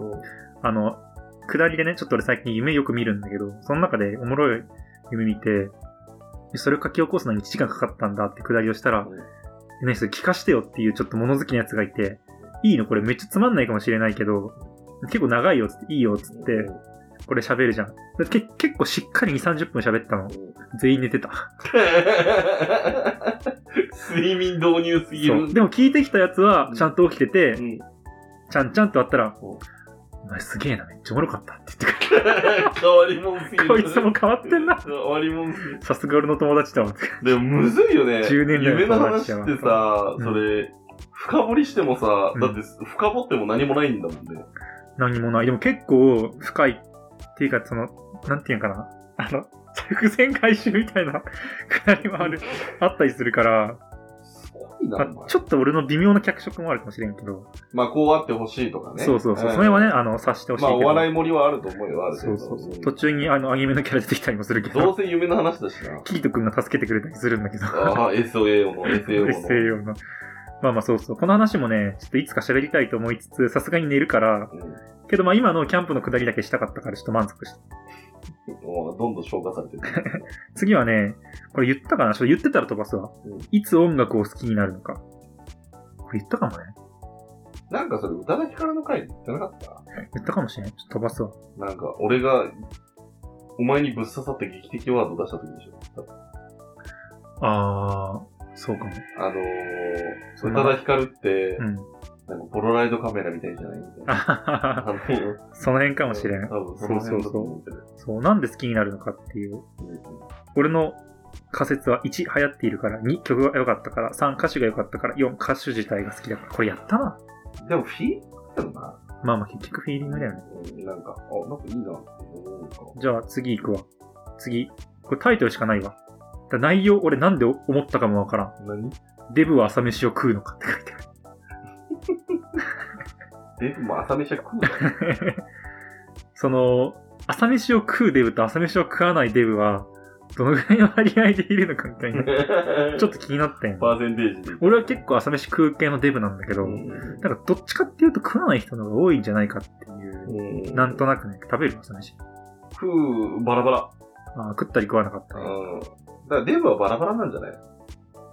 Speaker 2: あの、下りでね、ちょっと俺最近夢よく見るんだけど、その中でおもろい夢見て、それを書き起こすのに1時間かかったんだって下りをしたら、ね、それ聞かしてよっていうちょっと物好きなやつがいて、いいのこれめっちゃつまんないかもしれないけど、結構長いよっつって、いいよっつって、これ喋るじゃん。でけ結構しっかり2、30分喋ったの。全員寝てた。
Speaker 1: 睡眠導入すぎ
Speaker 2: そ
Speaker 1: る
Speaker 2: う。。でも聞いてきたやつは、ちゃんと起きてて、
Speaker 1: うん
Speaker 2: ちゃんちゃんとあったら、
Speaker 1: うん
Speaker 2: お前すげえな、めっちゃおもろかったって言ってく
Speaker 1: 変わりもんすぎる。
Speaker 2: る。こいつも変わってんな。
Speaker 1: 変わりもんすぎる。
Speaker 2: さすが俺の友達だわ。
Speaker 1: でもむずいよね。
Speaker 2: 10年代
Speaker 1: 夢
Speaker 2: の
Speaker 1: の
Speaker 2: 友
Speaker 1: 話
Speaker 2: 達やわ
Speaker 1: ってさ、
Speaker 2: うん
Speaker 1: それ、深掘りしてもさ、
Speaker 2: うん
Speaker 1: だって深掘っても何もないんだもんね。
Speaker 2: 何もない。でも結構深いっていうか、その、なんていうのかな。あの、伏線回収みたいなくだりもある、あったりするから、
Speaker 1: すごい
Speaker 2: ま
Speaker 1: な、
Speaker 2: あ
Speaker 1: お前
Speaker 2: ちょっと俺の微妙な脚色もあるかもしれんけど、
Speaker 1: まあ、こうあってほしいとかね。
Speaker 2: そうそうそう。
Speaker 1: ん
Speaker 2: それはね、あの、察してほしい
Speaker 1: まあ、
Speaker 2: けど。
Speaker 1: お笑い盛りはあると思うよ、ある
Speaker 2: そ
Speaker 1: 程
Speaker 2: う
Speaker 1: 度。
Speaker 2: そうそう。
Speaker 1: ん
Speaker 2: 途中にあの、アニメのキャラ出てきたりもするけ
Speaker 1: どう
Speaker 2: ど、。
Speaker 1: せ夢の話だしな
Speaker 2: キート君が助けてくれたりするんだけど。
Speaker 1: ああ、SAO の、SAO の。
Speaker 2: 西洋の。まあまあそうそう。この話もね、ちょっといつか喋りたいと思いつつ、さすがに寝るから、
Speaker 1: うん
Speaker 2: けどまあ今のキャンプの下りだけしたかったからちょっと満足して。
Speaker 1: もうどんどん消化されてる。
Speaker 2: 次はね、これ言ったかなちょっと言ってたら飛ばすわ。
Speaker 1: うん
Speaker 2: いつ音楽を好きになるのか。これ言ったかもね。
Speaker 1: なんかそれ、宇多田ヒカルの回言ってなかった
Speaker 2: 言ったかもしれない。ちょっと飛ばすわ。
Speaker 1: なんか、俺が、お前にぶっ刺さって劇的ワード出した時でしょ。
Speaker 2: あー、そうかも。
Speaker 1: あの
Speaker 2: そ
Speaker 1: ー、
Speaker 2: ん
Speaker 1: 宇
Speaker 2: な
Speaker 1: 多田ヒカルって
Speaker 2: う、ん。
Speaker 1: なんか、ポロライドカメラみたいじゃないみたい
Speaker 2: あ
Speaker 1: な。
Speaker 2: ははは
Speaker 1: あの
Speaker 2: その辺かもしれん
Speaker 1: 多。分その辺だと思うけど。
Speaker 2: そう、なんで好きになるのかっていう。俺の仮説は1、流行っているから、2、曲が良かったから、3、歌手が良かったから、4、歌手自体が好きだから。これやったな。
Speaker 1: うんでも、フィーリングだよな。
Speaker 2: まあまあ結局フィーリングだよね。
Speaker 1: うんなんか、あ、なんかいいなって思うか。
Speaker 2: じゃあ次行くわ。次。これタイトルしかないわ。だ内容俺なんで思ったかもわからん。
Speaker 1: 何
Speaker 2: デブは朝飯を食うのかって書いて
Speaker 1: デブも朝飯は食うの
Speaker 2: ある。その、朝飯を食うデブと朝飯を食わないデブは、どのぐらいの割合でいるのかみた い な。ちょっと気になったんよ。
Speaker 1: パーセンテージで。
Speaker 2: 俺は結構朝飯食う系のデブなんだけど、
Speaker 1: う
Speaker 2: なんかどっちかっていうと食わない人の方が多いんじゃないかっていう。
Speaker 1: ん
Speaker 2: なんとなくね、食べる朝飯。
Speaker 1: 食う、バラバラ。
Speaker 2: あー食ったり食わなかったり。
Speaker 1: うん。だからデブはバラバラなんじゃない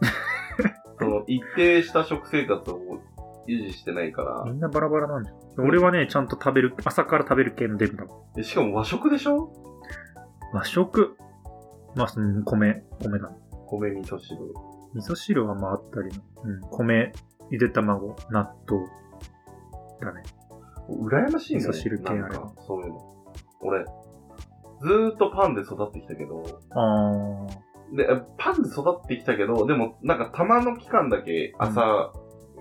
Speaker 1: その、一定した食生活を維持してないから
Speaker 2: みんなバラバラなんじゃん。俺はね、ちゃんと食べる、朝から食べる系のデブだもん。
Speaker 1: で。しかも和食でしょ
Speaker 2: 和食。まあ、うん、米、米だね。
Speaker 1: 米味噌汁。
Speaker 2: 味噌汁はまああったりねうん、米、ゆで卵、納豆。だね。
Speaker 1: 羨ましいね。
Speaker 2: 味噌汁系あれ
Speaker 1: なんか、そういうの。俺、ずーっとパンで育ってきたけど、
Speaker 2: あ
Speaker 1: で、パンで育ってきたけど、でも、なんかたまの期間だけ朝、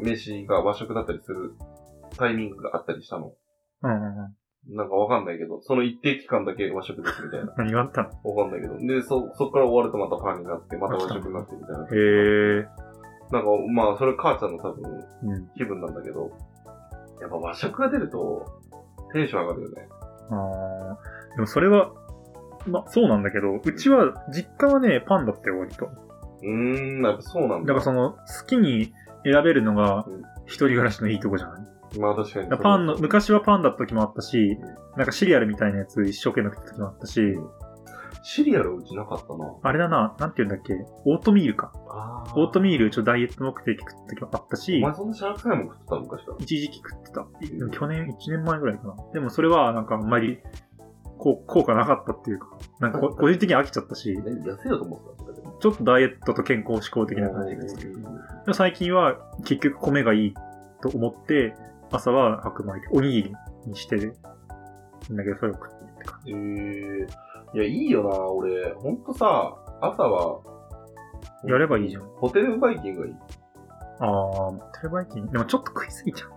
Speaker 1: 飯が和食だったりするタイミングがあったりしたの。
Speaker 2: ー。うんうんうん。
Speaker 1: なんかわかんないけど、その一定期間だけ和食ですみたいな。
Speaker 2: 何があったの
Speaker 1: わかんないけど。で、そ、そっから終わるとまたパンになって、また和食になってみたいな。
Speaker 2: へえ。
Speaker 1: なんか、まあ、それ母ちゃんの多分
Speaker 2: うん。
Speaker 1: 気分なんだけど、やっぱ和食が出ると、テンション上がるよね。
Speaker 2: あー。でもそれは、まあそうなんだけど、うちは、実家はね、パンだったよ、割と。
Speaker 1: うーん、やっぱそうなんだ。
Speaker 2: だからその、好きに選べるのが
Speaker 1: うん、
Speaker 2: 一人暮らしのいいとこじゃない
Speaker 1: まあ確かに。
Speaker 2: だからパンの、昔はパンだった時もあったし、なんかシリアルみたいなやつ一生懸命食った時もあったし、
Speaker 1: シリアルうちなかったな。
Speaker 2: あれだな、なんて言うんだっけ、オートミールか。
Speaker 1: あ
Speaker 2: オート
Speaker 1: ミ
Speaker 2: ミール、ちょっとダイエット目的食った時もあった
Speaker 1: お
Speaker 2: し、
Speaker 1: 前そんなシャラ臭いもん食ってた昔から。
Speaker 2: 一時期食ってた。でも去年、1年前ぐらいかな。でもそれは、なんかあんまり、こう、効果なかったっていうか、なんかこ個人的に飽きちゃったし、
Speaker 1: 何痩せようと思ってたそれでも。
Speaker 2: ちょっとダイエットと健康志向的な感じですけど、でも最近は結局米がいいと思って、朝は白米で、おにぎりにしてる。だけど、それを食ってるって感
Speaker 1: えー、いや、いいよな、俺。ほんとさ、朝は、
Speaker 2: じ。やればいいじゃん。
Speaker 1: ホテルバイキングがいい。
Speaker 2: あー、テレバイキング。でもちょっと食いすぎちゃう。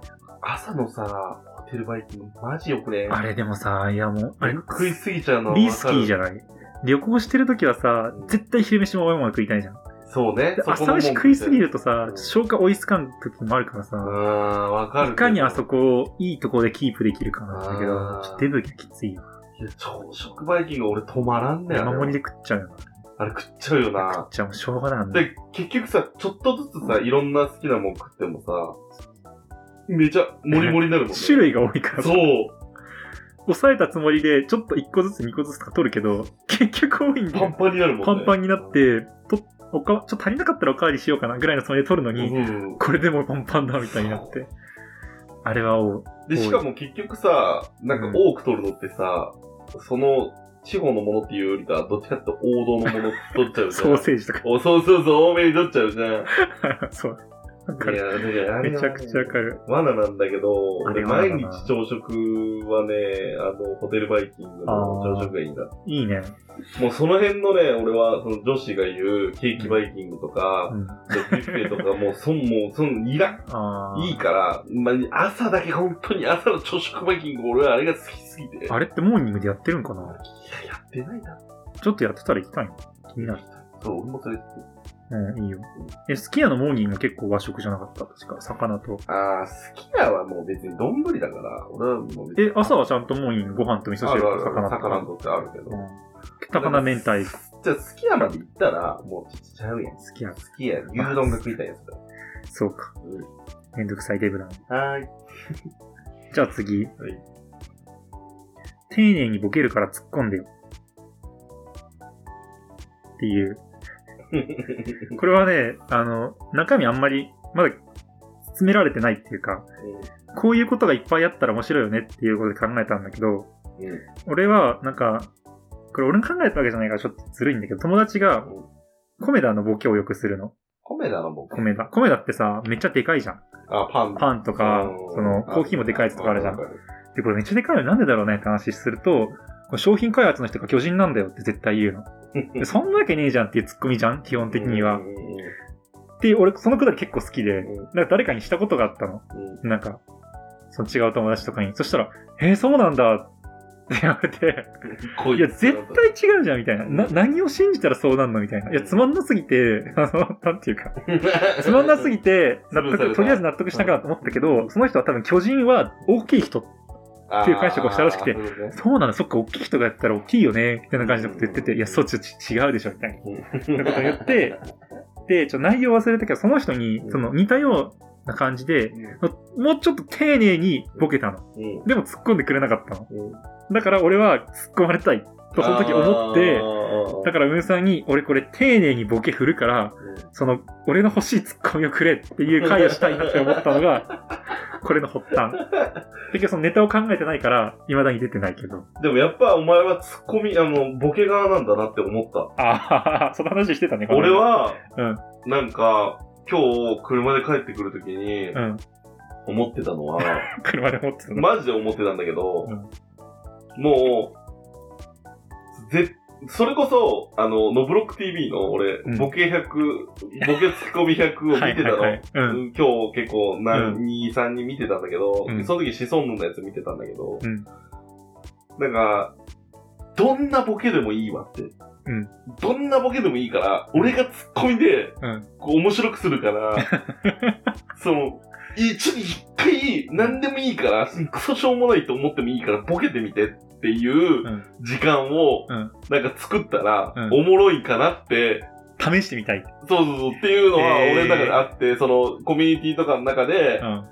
Speaker 1: 朝のさ、ホテルバイキング、マジよくね。
Speaker 2: あれでもさ、いやもう、あれ、
Speaker 1: 食いすぎちゃうの
Speaker 2: リースキーじ
Speaker 1: ゃ
Speaker 2: ゃない旅行してる時はさ、絶対昼飯も親も食いたいじゃん。
Speaker 1: そうね
Speaker 2: で。
Speaker 1: そこの
Speaker 2: 朝飯
Speaker 1: 文句
Speaker 2: 食いすぎると
Speaker 1: う
Speaker 2: さ
Speaker 1: ん、
Speaker 2: 消化追いつかん時もあるから
Speaker 1: うー
Speaker 2: さ、
Speaker 1: ん、わかる。
Speaker 2: いかにあ
Speaker 1: こ。
Speaker 2: そこをいいとこでキープできるかなんだけ
Speaker 1: あ
Speaker 2: ど
Speaker 1: ー、
Speaker 2: ちょっとデブがきついよ。
Speaker 1: いや、朝食バイキング俺止まらんね
Speaker 2: 山
Speaker 1: よ。
Speaker 2: 盛りで食っちゃうよな。
Speaker 1: あれ食っちゃうよ
Speaker 2: 食っ
Speaker 1: な。
Speaker 2: ちゃうもうしょうがないもんね。
Speaker 1: で、結局さ、ちょっとずつさ、いろんな好きなもん食ってもさ、めちゃ、もりもりになるもんね。
Speaker 2: 種類が多いから。
Speaker 1: そう。
Speaker 2: 抑えたつもりで、ちょっと1個ずつ2個ずつとか取るけど、結局多いんで、
Speaker 1: パンパンになるもんね。
Speaker 2: パンパンになって、とおかちょっと足りなかったらおかわりしようかなぐらいのつもりで取るのに、
Speaker 1: うん。
Speaker 2: これでもうパンパンだみたいになって。あれは多
Speaker 1: で、
Speaker 2: い。
Speaker 1: しかも結局さ、なんか多く取るのってさ、その地方のものっていうよりかは、どっちかっていうと王道のもの取っちゃうじゃ
Speaker 2: ソ
Speaker 1: ん。
Speaker 2: ーセージとか。
Speaker 1: おそうそうそう、多めに取っちゃうじゃん。い
Speaker 2: そう。わか
Speaker 1: や、
Speaker 2: る。
Speaker 1: だからあれ
Speaker 2: め
Speaker 1: は
Speaker 2: ちゃくちゃわかる。
Speaker 1: 罠なんだけど、
Speaker 2: あ
Speaker 1: 俺
Speaker 2: れは罠
Speaker 1: 毎
Speaker 2: だ
Speaker 1: 日
Speaker 2: な
Speaker 1: 朝食はね、あの、ホテルバイキングの朝食がいいんだ。
Speaker 2: いいね。
Speaker 1: もうその辺のね、俺は、その女子が言うケーキバイキングとか
Speaker 2: う、ん。
Speaker 1: ビュッフェと か、もう、そん、もう、そん、いら、
Speaker 2: あー
Speaker 1: いいから、まあ、朝だけ本当に朝の朝食バイキング、俺はあれが好きすぎて。
Speaker 2: あれってモーニングでやってるんかない
Speaker 1: や、やってないな。
Speaker 2: ちょっとやってたら行きたいの気になる。
Speaker 1: そう、俺もそれ。
Speaker 2: うん、いいよ。え、好き家のモーニング結構和食じゃなかった確か。魚と。
Speaker 1: ああ、好きなはもう別に丼だから、俺はもう別に。
Speaker 2: え、朝はちゃんとモーニングご飯と味噌
Speaker 1: あ
Speaker 2: 汁
Speaker 1: るあ
Speaker 2: と
Speaker 1: る
Speaker 2: 魚と。
Speaker 1: 魚とってあるけど
Speaker 2: う。ん高菜明太子。
Speaker 1: じゃあ、好きなまで行ったら、もう、ちっちゃうやん。好
Speaker 2: 好きや。
Speaker 1: きや、牛丼が食いたいやつだ。
Speaker 2: そうか。
Speaker 1: う
Speaker 2: めんどくさいデブだな。
Speaker 1: んはーい。
Speaker 2: じゃあ次。
Speaker 1: はい
Speaker 2: 丁寧にボケるから突っ込んでよ。っ ていう。これはね、あの、中身あんまり、まだ、詰められてないっていうか、こういうことがいっぱいあったら面白いよねっていうことで考えたんだけど、
Speaker 1: うんうん
Speaker 2: 俺は、なんか、これ俺の考えたわけじゃないからちょっとずるいんだけど、友達が
Speaker 1: うん、
Speaker 2: コメダのボケをよくするの。
Speaker 1: 米だな、僕。
Speaker 2: コメダ。コメダってさ、めっちゃでかいじゃん。
Speaker 1: あ、パン。
Speaker 2: パンとか
Speaker 1: うん、
Speaker 2: その、コーヒーもでかいやつとかあるじゃん。
Speaker 1: わか
Speaker 2: で、これめっちゃでかいのなんでだろうねって話すると、これ商品開発の人が巨人なんだよって絶対言うの。で
Speaker 1: る
Speaker 2: そんなわけねえじゃんっていうツッコミじゃん基本的には
Speaker 1: うん。うんうんう
Speaker 2: で、俺そのくだり結構好きで
Speaker 1: うん、
Speaker 2: なんか誰かにしたことがあったの。
Speaker 1: んうん
Speaker 2: なんか、その違う友達とかに。そしたら、えー、そうなんだって言われて、
Speaker 1: こ
Speaker 2: いや、絶対違うじゃんみたいな。な、何を信じたらそうなんのみたいな。いや、つまんなすぎて、 あの、なんていうか、
Speaker 1: 対
Speaker 2: つまんなすぎて、納
Speaker 1: 潰された
Speaker 2: 得、とりあえず納得しなかったと思ったけど、その人は多分巨人は大きい人っていう解釈をしたらしくて
Speaker 1: あーそうね
Speaker 2: そうなの、そっか、大きい人がやったら大きいよね、みたいな感じのこと言ってて、いや、そう、ちょ、ち違うでしょ、みたいなこと言って、で、ちょ、内容忘れたけど、その人に、その、似たような感じで、もうちょっと丁寧にボケたの。
Speaker 1: うん
Speaker 2: でも突っ込んでくれなかったの。
Speaker 1: うん
Speaker 2: だから俺は突っ込まれたい、とその時思って
Speaker 1: あ、ー
Speaker 2: だからムーさんに、俺これ丁寧にボケ振るから、その、俺の欲しい突っ込みをくれっていう会をしたいなって思ったのが、これの発端。結局そのネタを考えてないから、未だに出てないけど。
Speaker 1: でもやっぱお前はツッコミ、あの、ボケ側なんだなって思った。
Speaker 2: ああ、その話してたね、この
Speaker 1: 俺
Speaker 2: 間。
Speaker 1: は、
Speaker 2: うん
Speaker 1: なんか、今日車で帰ってくるときに
Speaker 2: うん。
Speaker 1: 思ってたのは、
Speaker 2: 車で持ってたの。
Speaker 1: マジで思ってたんだけど、
Speaker 2: う
Speaker 1: もう、ぜ、それこそ、あの、ノブロック TV の俺、
Speaker 2: うん
Speaker 1: ボケ100、ボケツッコミ100を見てたの。
Speaker 2: はいはいはい。うん。
Speaker 1: 今日結構何、
Speaker 2: う
Speaker 1: 2、3人見てたんだけど、
Speaker 2: うん
Speaker 1: その時シソンヌのやつ見てたんだけど、
Speaker 2: うん
Speaker 1: なんか、どんなボケでもいいわって。
Speaker 2: ん
Speaker 1: どんなボケでもいいから、俺がツッコミで、
Speaker 2: うん。
Speaker 1: こう面白くする から、その、いちょっと一回、何でもいいから、クソしょうもないと思ってもいいから、ボケてみてっていう
Speaker 2: うん。
Speaker 1: 時間を
Speaker 2: うん、
Speaker 1: なんか作ったら、
Speaker 2: うん
Speaker 1: おもろいかなって、
Speaker 2: 試してみたい。
Speaker 1: そうそうそうっていうのは、
Speaker 2: へー
Speaker 1: 俺の中であって、その、コミュニティとかの中で
Speaker 2: う、ん。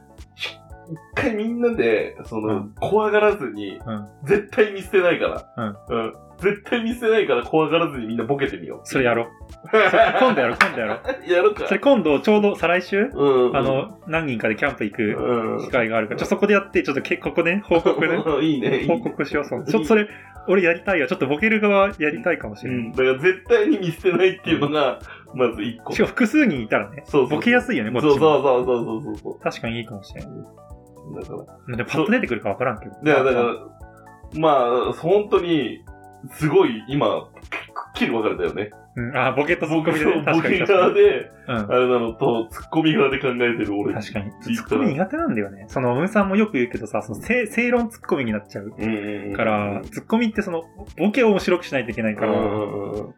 Speaker 1: 一回みんなで、そうの
Speaker 2: ん、
Speaker 1: 怖がらずに
Speaker 2: うん、
Speaker 1: 絶対見捨てないから、うん。絶対見捨てないから怖がらずにみんなボケてみよ
Speaker 2: それ やろう。
Speaker 1: う。
Speaker 2: 今度やろう、今度やろ う。
Speaker 1: やるか
Speaker 2: そ。れ今度、ちょうど再来週、
Speaker 1: うん。
Speaker 2: あの、何人かでキャンプ行く
Speaker 1: うん、
Speaker 2: 機会があるから、ちょ、そこでやって、ちょっとけ、ここね、報告ね。
Speaker 1: いい ね。いいね
Speaker 2: 報告しよう、そのちょっとそれ、俺やりたいよ。ちょっとボケる側やりたいかもし
Speaker 1: う
Speaker 2: れない。
Speaker 1: ん。だから絶対に見捨てないっていうのが、まず一個。
Speaker 2: しかも複数人いたらね、
Speaker 1: そうそう
Speaker 2: ボケやすいよね、こっち
Speaker 1: そうそう
Speaker 2: も。
Speaker 1: そうそうそうそ
Speaker 2: 確かにいいかもしれない。
Speaker 1: う。だから。
Speaker 2: でもパッと出てくるかわからんけど。
Speaker 1: だから、だからまあ、本当に、すごい、今、くっきり分かれたよね。
Speaker 2: うん、あー、ボケとツッ
Speaker 1: 僕
Speaker 2: コミでね、
Speaker 1: のボ
Speaker 2: 確かに
Speaker 1: ケ
Speaker 2: 確か
Speaker 1: 側
Speaker 2: に。
Speaker 1: で、
Speaker 2: うん
Speaker 1: あ。れなのと、ツッコミ側で考えてる俺。
Speaker 2: 確かに。ツッコミ苦手なんだよね。その、うんさんもよく言うけどさ、その正正論ツッコミになっちゃう。
Speaker 1: うんうんうん。
Speaker 2: から、ツッコミってその、ボケを面白くしないといけないか
Speaker 1: う
Speaker 2: ら、
Speaker 1: んうんうん。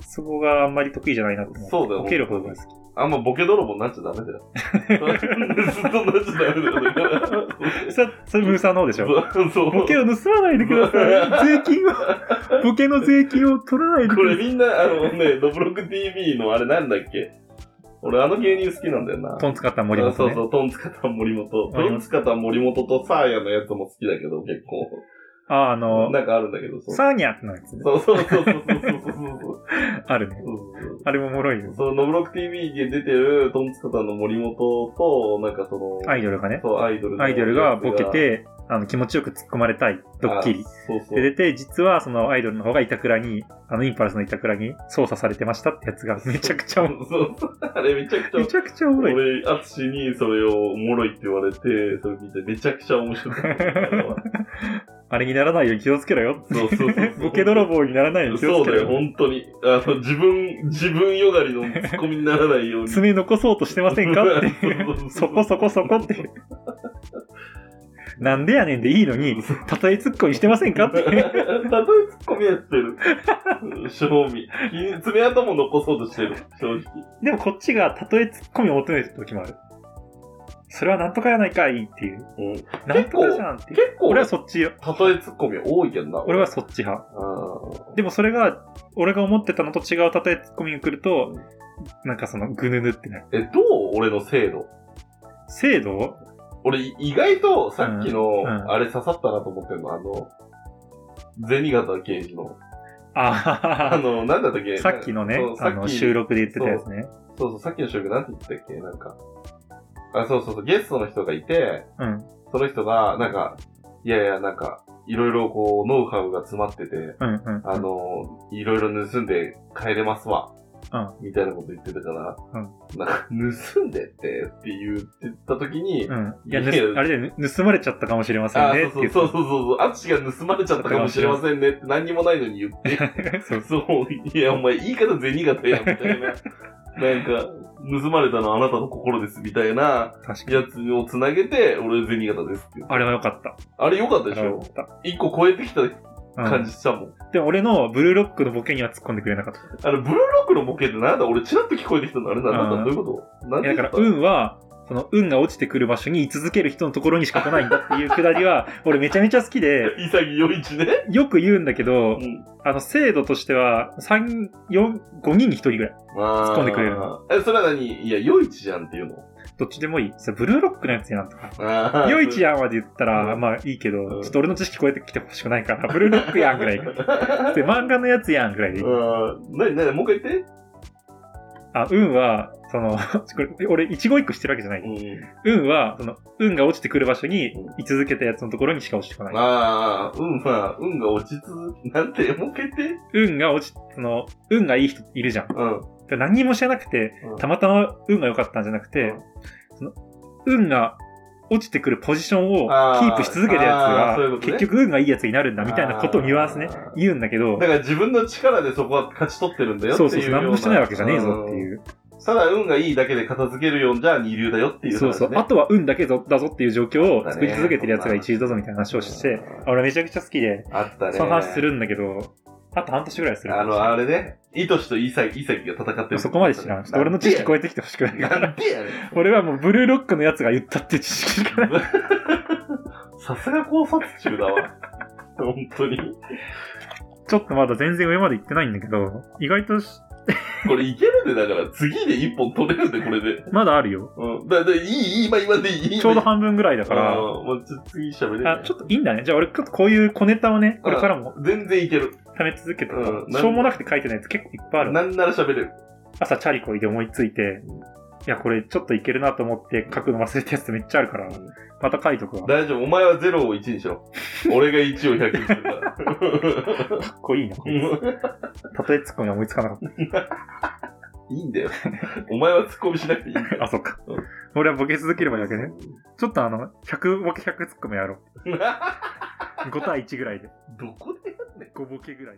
Speaker 2: そこがあんまり得意じゃないなと思
Speaker 1: そうだよ
Speaker 2: ボケる方が好き。
Speaker 1: あんまボケ泥棒になっちゃダメだよ。ずっとなっちゃダメだよだから。
Speaker 2: それ、それムーさんの方でしょ
Speaker 1: そうそう。
Speaker 2: ボケを盗まないでください。税 金を、ボケの税金を取らないで
Speaker 1: こ
Speaker 2: くだ
Speaker 1: れ
Speaker 2: さい。
Speaker 1: みんな、あのね、ドブロック TV のあれなんだっけ俺あの芸人好きなんだよな。
Speaker 2: トン使った森本、ね。
Speaker 1: あそうそう、トンツカタン森本。トンツカタン森本とサーヤのやつも好きだけど、結構。
Speaker 2: あ、あの、
Speaker 1: なんかあるんだけど、そう。
Speaker 2: サーニャってなるやつね。
Speaker 1: そうそうそうそうそうそうそうそう。
Speaker 2: あるね。
Speaker 1: うん
Speaker 2: あれもおもろいよ。
Speaker 1: その、ノブロック TV で出てる、トンツカタンの森本と、なんかその、
Speaker 2: アイドルがね。
Speaker 1: そう、アイドルの
Speaker 2: アイドルがボケ、て、あの、気持ちよく突っ込まれたい、ドッキリ
Speaker 1: あ。。そうそう。
Speaker 2: で、出て、実はそのアイドルの方が板倉に、あの、インパルスの板倉に操作されてましたってやつがめちゃくちゃおもろ
Speaker 1: そうそう。あれめちゃくち
Speaker 2: い、
Speaker 1: ゃ
Speaker 2: めちゃくちゃおもろい。
Speaker 1: 俺、アツシにそれをおもろいって言われて、それ見てめちゃくちゃ面 白かった。
Speaker 2: あれにならないように気をつけろよ。
Speaker 1: そうそうそう。
Speaker 2: ボケ泥棒にならないように気
Speaker 1: そ
Speaker 2: を
Speaker 1: う
Speaker 2: つけ
Speaker 1: だ
Speaker 2: ろ
Speaker 1: よ、
Speaker 2: よ。
Speaker 1: 本当に。あの、自分、自分よがりのツッコミにならないように。
Speaker 2: 爪残そうとしてませんか っていう。そこそこそこっていう。なんでやねんでいいのに、たとえ突っ込みしてませんか
Speaker 1: た
Speaker 2: っ
Speaker 1: とえ
Speaker 2: て。
Speaker 1: ツッコミやってる。うん正味。爪痕も残そうとしてる、正直。
Speaker 2: でもこっちがたとえ突っ込みを求めてる時もある。それはなんとかやないかいっていう。
Speaker 1: うん
Speaker 2: なんとかじゃんっていう。
Speaker 1: 結構、
Speaker 2: 俺はそっちよ。
Speaker 1: たとえツッコミ多いやんな。
Speaker 2: 俺はそっち派。
Speaker 1: あ
Speaker 2: でもそれが、俺が思ってたのと違うたとえ突っ込みが来ると、なんかそのぐぬぬってなる。
Speaker 1: ーえ、どう俺の精度。
Speaker 2: 制度
Speaker 1: 俺、意外とさっきの
Speaker 2: う、ん
Speaker 1: あれ刺さったなと思ってるの、あの、銭形刑事の。あ
Speaker 2: あ
Speaker 1: の、なんだったっけ
Speaker 2: あ、さっきのね
Speaker 1: そう、さ
Speaker 2: あ
Speaker 1: っき
Speaker 2: の収録で言ってたやつね。
Speaker 1: そうそう、さっきの収録なんて言ったっけなんか。あ、そうそうそう、ゲストの人がいて、
Speaker 2: うん、
Speaker 1: その人が、なんか、いやいや、なんか、いろいろこう、ノウハウが詰まってて、
Speaker 2: うん、うん。
Speaker 1: あの、いろいろ盗んで帰れますわ。みたいなこと言ってたから、なんか、盗んでってって言ってた時に、
Speaker 2: うん。いや、
Speaker 1: い
Speaker 2: ぬ
Speaker 1: やいや
Speaker 2: あれで盗まれちゃったかもしれません
Speaker 1: あー
Speaker 2: ねって
Speaker 1: そう
Speaker 2: いう。
Speaker 1: そうそうそうそう、アツシが盗まれちゃったかもしれませんねって何にもないのに言って、
Speaker 2: そう
Speaker 1: そう、いや、お前、言い方銭形や、みたいな。なんか、盗まれたのはあなたの心です、みたいな
Speaker 2: 確かに。
Speaker 1: やつをつなげて、俺銭形ですっていう。
Speaker 2: あれは良かった。
Speaker 1: あれ良かった
Speaker 2: あ
Speaker 1: でし
Speaker 2: れは良
Speaker 1: ょ
Speaker 2: かった。
Speaker 1: 一個超えてきた
Speaker 2: う
Speaker 1: 感
Speaker 2: ん
Speaker 1: じしたもん。
Speaker 2: でも俺のブルーロックのボケには突っ込んでくれな かった。
Speaker 1: あの、ブルーロックのボケってなんだ俺、チラッと聞こえてきたのあれなんだ
Speaker 2: う
Speaker 1: ど
Speaker 2: ん
Speaker 1: ういうことなん
Speaker 2: いや
Speaker 1: で
Speaker 2: だから、運は、その運が落ちてくる場所に居続ける人のところにしか来ないんだっていうくだりは、俺めちゃめちゃ好きで、
Speaker 1: 潔いちね。
Speaker 2: よく言うんだけ
Speaker 1: う
Speaker 2: ど、
Speaker 1: ん。
Speaker 2: あの、制度としては、3、4、5人に1人ぐらい。
Speaker 1: 突
Speaker 2: 突っ込んでくれる
Speaker 1: え、それは何いや、良いちじゃんっていうの。
Speaker 2: どっちでもいい。それブルーロックのやつやんとか。
Speaker 1: あ
Speaker 2: よいちやんまで言ったら、
Speaker 1: うん
Speaker 2: まあいいけ
Speaker 1: う
Speaker 2: ど、
Speaker 1: ん
Speaker 2: ちょっと俺の知識超えてきてほしくないから、ブルーロックやんぐらい。で、
Speaker 1: ん。
Speaker 2: 漫画のやつやんぐらいでい い。
Speaker 1: うん。なになにもう一回言って。
Speaker 2: あ、運は、その、 これ俺、一語一句してるわけじゃない。
Speaker 1: うん。
Speaker 2: 運は、その、運が落ちてくる場所に
Speaker 1: う、
Speaker 2: 居続けたやつのところにしか落ちてこない。
Speaker 1: ああ、運は、運が落ち続け、なんて、もう一回言って。
Speaker 2: 運が落ち、その、運がいい人いるじゃん。だか
Speaker 1: うん。
Speaker 2: ら何にも知らなくて、
Speaker 1: うん
Speaker 2: たまたま運が良かったんじゃなくて、その、運が落ちてくるポジションをキープし続けた
Speaker 1: あーあー
Speaker 2: や
Speaker 1: そういう
Speaker 2: つが、
Speaker 1: ことね
Speaker 2: 結局運がいいやつになるんだ、みたいなことをニュアンスね
Speaker 1: あー、
Speaker 2: 言うんだけど
Speaker 1: だ、から自分の力でそこは勝ち取ってるんだよって
Speaker 2: そ
Speaker 1: いううような。。
Speaker 2: そうそう、何もしてないわけじゃねえぞっていうう。
Speaker 1: ただ運がいいだけで片付けるようじゃ二流だよっていう、
Speaker 2: そうそう。あ、とは運だけぞだぞっていう状況を作り続けてるやつが一流だぞみたいな話をして、あ俺めちゃくちゃ好きで、
Speaker 1: あったね。
Speaker 2: その話す。るんだけど、あと半年ぐらいする
Speaker 1: あ
Speaker 2: かもしれ
Speaker 1: の、
Speaker 2: ない。
Speaker 1: あれね。イトシとイサキ、イサキが戦ってる。
Speaker 2: そこまで知らん。ちょっと俺の知識超えてきてほしくないか
Speaker 1: な
Speaker 2: ら
Speaker 1: ん。でやねん。
Speaker 2: 俺はもうブルーロックのやつが言ったって知識し かない。
Speaker 1: さすが考察中だ わ。本当に。
Speaker 2: ちょっとまだ全然上まで行ってないんだけど、意外とし
Speaker 1: これいけるんで、だから次で一本取れるんで、これで。
Speaker 2: まだあるよ。
Speaker 1: うん。だ、だ、いい、いい、今、今でいい。
Speaker 2: ちょうど
Speaker 1: 半
Speaker 2: 半分ぐらいだ
Speaker 1: だ
Speaker 2: から、
Speaker 1: もうちょ次喋れるね
Speaker 2: あ、ちょっといいんだね。じゃあ俺ちょっとこういう小ネタをね、これからも
Speaker 1: 全然いける。
Speaker 2: 貯め続けて、
Speaker 1: うん
Speaker 2: しょうもなくて書いてないやつ結構いっぱいある
Speaker 1: な
Speaker 2: わ。
Speaker 1: んなら喋れる。
Speaker 2: 朝チャリこいで思いついて
Speaker 1: うん、
Speaker 2: いや、これちょっといけるなと思って書くの忘れたやつめっちゃあるから、また書いとくわ。か
Speaker 1: 大丈夫。お前は0を1にしろ。俺が1を100にする から。
Speaker 2: っこいいな。たとえツッコミは思いつかなかっ
Speaker 1: いいんだよ。お前はツッコミしなくていいんだ
Speaker 2: た。
Speaker 1: よ。
Speaker 2: あ、そっか
Speaker 1: うん。
Speaker 2: 俺はボケ続ければいいわけね。ちょっとあの、100ボケ100ツッコミやろう。5対1ぐらいで。
Speaker 1: どこで
Speaker 2: 5ボケぐらい。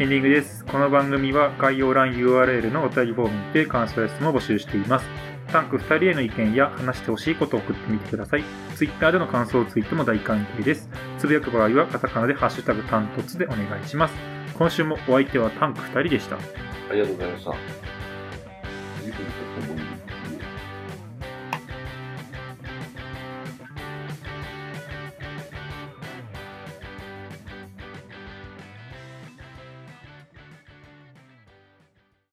Speaker 2: エンディングです。この番組は概要欄 URL のお便りフォームにて感想や質問を募集しています。タンク2人への意見や話してほしいことを送ってみてください。ツイッターでの感想ツイートも大歓迎です。つぶやく場合はカタカナでハッシュタグタントツでお願いします。今週もお相手はタンク2人でした。
Speaker 1: ありがとうございました。